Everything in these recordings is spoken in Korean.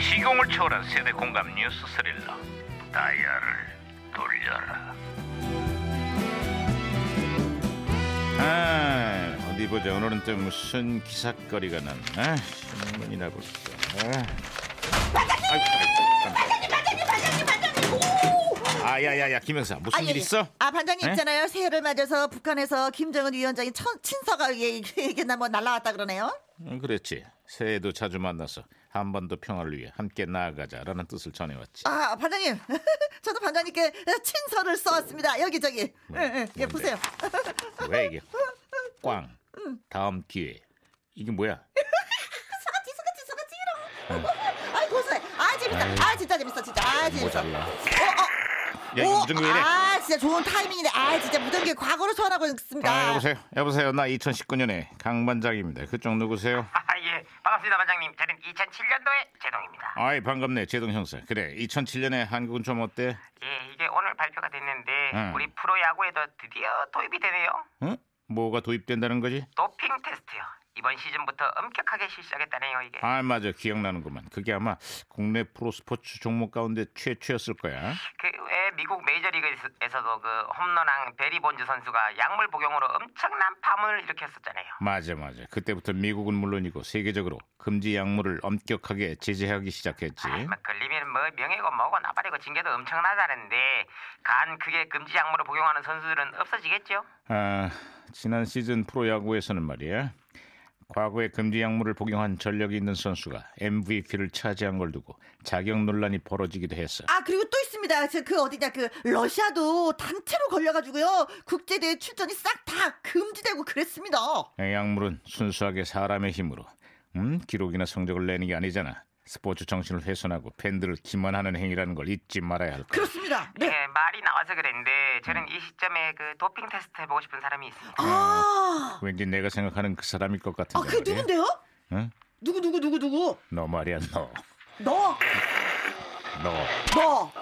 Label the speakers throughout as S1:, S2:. S1: 시공을 초월한 세대 공감 뉴스 스릴러 다이아를 돌려라
S2: 아, 어디 보자. 오늘은 또 무슨 기사거리가 났나? 신문이나 볼까. 반장님!
S3: 반장님, 반장님, 반장님. 오!
S2: 아, 야야야, 김영사, 무슨
S3: 아, 예,
S2: 일
S3: 예.
S2: 있어? 네?
S3: 아, 반장님
S2: 에?
S3: 있잖아요. 새해를 맞아서 북한에서 김정은 위원장이 천, 친서가 이게 이게 나뭐 날라왔다 그러네요.
S2: 응, 그랬지. 새해에도 자주 만나서 한반도 평화를 위해 함께 나아가자라는 뜻을 전해왔지.
S3: 아, 반장님. 저도 반장님께 친서를 써왔습니다. 여기저기.
S2: 뭐,
S3: 예, 예,
S2: 뭔데?
S3: 예, 보세요.
S2: 왜 이게? 꽝. 다음 기회. 이게 뭐야?
S3: 서같이, 서같이, 서같이, 이러.
S2: 네.
S3: 아이, 고소해. 아, 재밌다. 아, 진짜 재밌어, 진짜. 아,
S2: 뭐
S3: 재밌어.
S2: 잘라? 야, 이거
S3: 오,
S2: 무전기 왜 이래?
S3: 아, 진짜 좋은 타이밍이네. 아, 진짜 무전기 과거로 소환하고 있습니다.
S2: 아, 여보세요. 여보세요. 나 2019년에 강반장입니다. 그쪽 누구세요?
S4: 아, 예. 반갑습니다, 반장님. 저는 2007년도에 제동입니다.
S2: 아이, 반갑네. 제동 형사. 그래. 2007년에 한국은 좀 어때?
S4: 예, 이게 오늘 발표가 됐는데
S2: 음.
S4: 우리 프로야구에도 드디어 도입이 되네요.
S2: 응? 뭐가 도입된다는 거지?
S4: 도핑 테스트요. 이번 시즌부터 엄격하게 실시하겠다네요, 이게.
S2: 아 맞아 기억나는구만 그게 아마 국내 프로스포츠 종목 가운데 최초였을 거야
S4: 그 왜 미국 메이저리그에서도 그 홈런왕 베리 본즈 선수가 약물 복용으로 엄청난 파문을 일으켰었잖아요.
S2: 맞아 맞아 그때부터 미국은 물론이고 세계적으로 금지 약물을 엄격하게 제재하기 시작했지
S4: 막 걸리면 뭐 명예고 뭐고 나발이고 징계도 엄청나다는데 간 크게 금지 약물을 복용하는 선수들은 없어지겠죠?
S2: 아 지난 시즌 프로야구에서는 말이야 과거에 금지 약물을 복용한 전력이 있는 선수가 MVP를 차지한 걸 두고 자격 논란이 벌어지기도 했어
S3: 아 그리고 또 있습니다. 저 그 어디냐 그 러시아도 단체로 걸려가지고요 국제대회 출전이 싹 다 금지되고 그랬습니다.
S2: 약물은 순수하게 사람의 힘으로 음 기록이나 성적을 내는 게 아니잖아. 스포츠 정신을 훼손하고 팬들을 기만하는 행위라는 걸 잊지 말아야 할 거야.
S3: 그렇습니다. 네.
S4: 예, 말이 나와서 그랬는데 저는 이 시점에 그 도핑 테스트 해보고 싶은 사람이 있습니다.
S3: 아,
S2: 왠지 내가 생각하는 그 사람일 것 같은데.
S3: 아 그게
S2: 말이야.
S3: 누군데요?
S2: 응?
S3: 누구 누구 누구 누구?
S2: 너 말이야 너.
S3: 너,
S2: 너.
S3: 너.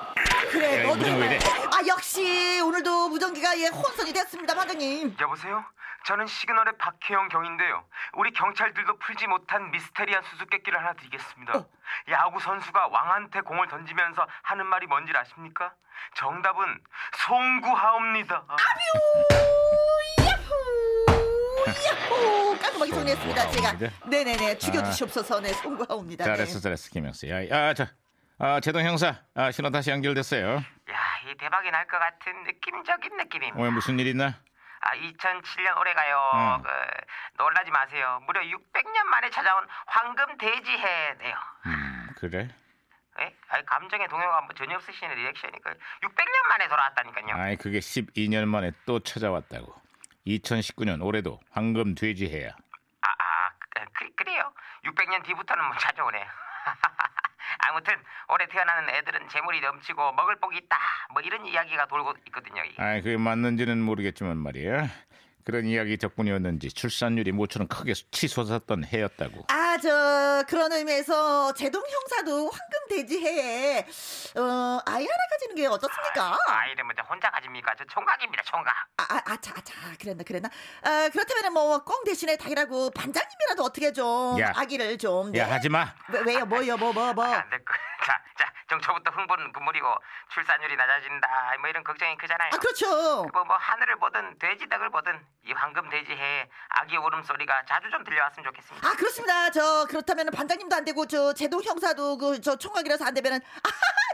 S3: 그래,
S2: 야,
S3: 너
S2: 무전기 왜 이래?
S3: 아 역시 오늘도 무전기가 예 혼선이 됐습니다, 반장님.
S4: 여보세요? 저는 시그널의 박혜영 경인데요. 우리 경찰들도 풀지 못한 미스테리한 수수께끼를 하나 드리겠습니다. 야구 선수가 왕한테 공을 던지면서 하는 말이 뭔지 아십니까? 정답은 송구하옵니다.
S3: 야호, 야호. 깔끔하게 정리했습니다, 제가.
S2: 송구하옵니다.
S3: 네네네, 죽여주시옵소서, 네, 송구하옵니다. 네.
S2: 아. 잘했어 잘했어 김영수. 야, 아 자. 아 제동 형사. 아 신호 다시 연결됐어요.
S4: 야, 이 대박이 날 것 같은 느낌적인 느낌입니다.
S2: 오늘 무슨 일 있나?
S4: 아, 2007년 올해가요.
S2: 음.
S4: 그, 놀라지 마세요. 무려 600년 만에 찾아온 황금 돼지해네요.
S2: 음 그래.
S4: 예? 아니, 감정의 동요가 뭐 전혀 없으시는 리액션이 그 600년 만에 돌아왔다니까요.
S2: 아이 그게 12년 만에 또 찾아왔다고. 2019년 올해도 황금 돼지 해야.
S4: 아, 아 그, 그, 그래요. 600년 뒤부터는 못 찾아오네요. 아무튼 올해 태어나는 애들은 재물이 넘치고 먹을 복이 있다. 뭐 이런 이야기가 돌고 있거든요. 이.
S2: 아, 그게 맞는지는 모르겠지만 말이야. 그런 이야기 덕분이었는지 출산율이 모처럼 크게 치솟았던 해였다고.
S3: 아, 저 그런 의미에서 제동 형사도 황금 돼지 해에 어, 아이 하나 가지는 게 어떻습니까?
S4: 아, 이래 뭐 혼자 가집니까? 저 총각입니다. 총각.
S3: 아, 아, 아차, 아차, 그랬나, 그랬나. 아, 그렇다면 뭐꽁 대신에 닭이라고 반장님이라도 어떻게 좀
S2: 야.
S3: 아기를 좀. 네.
S2: 야, 하지 마.
S3: 왜, 왜요, 뭐요, 뭐, 뭐, 뭐.
S4: 안 될 거. 자, 자, 정초부터 흥분 그물이고 출산율이 낮아진다. 뭐 이런 걱정이 크잖아요.
S3: 아, 그렇죠.
S4: 뭐, 뭐 하늘을 보든 돼지닭을 보든 이 황금 돼지 해에 아기 울음소리가 자주 좀 들려왔으면 좋겠습니다.
S3: 아, 그렇습니다. 저 그렇다면 반장님도 안 되고 저 제동 형사도 그 저 총각이라서 안 되면은 아,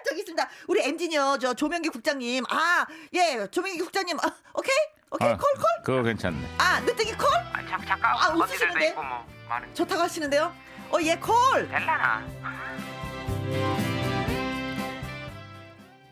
S3: 저기 있습니다. 우리 엔지니어 저 조명기 국장님. 아, 예, 조명기 국장님. 아, 오케이, 오케이,
S2: 어,
S3: 콜, 콜.
S2: 그거 괜찮네.
S3: 아, 늦둥이 콜.
S4: 아, 참, 잠깐
S3: 아,
S4: 언니들도
S3: 웃으시는데?
S4: 있고 뭐 많은
S3: 좋다고 하시는데요? 어, 예, 콜!
S4: 될라나.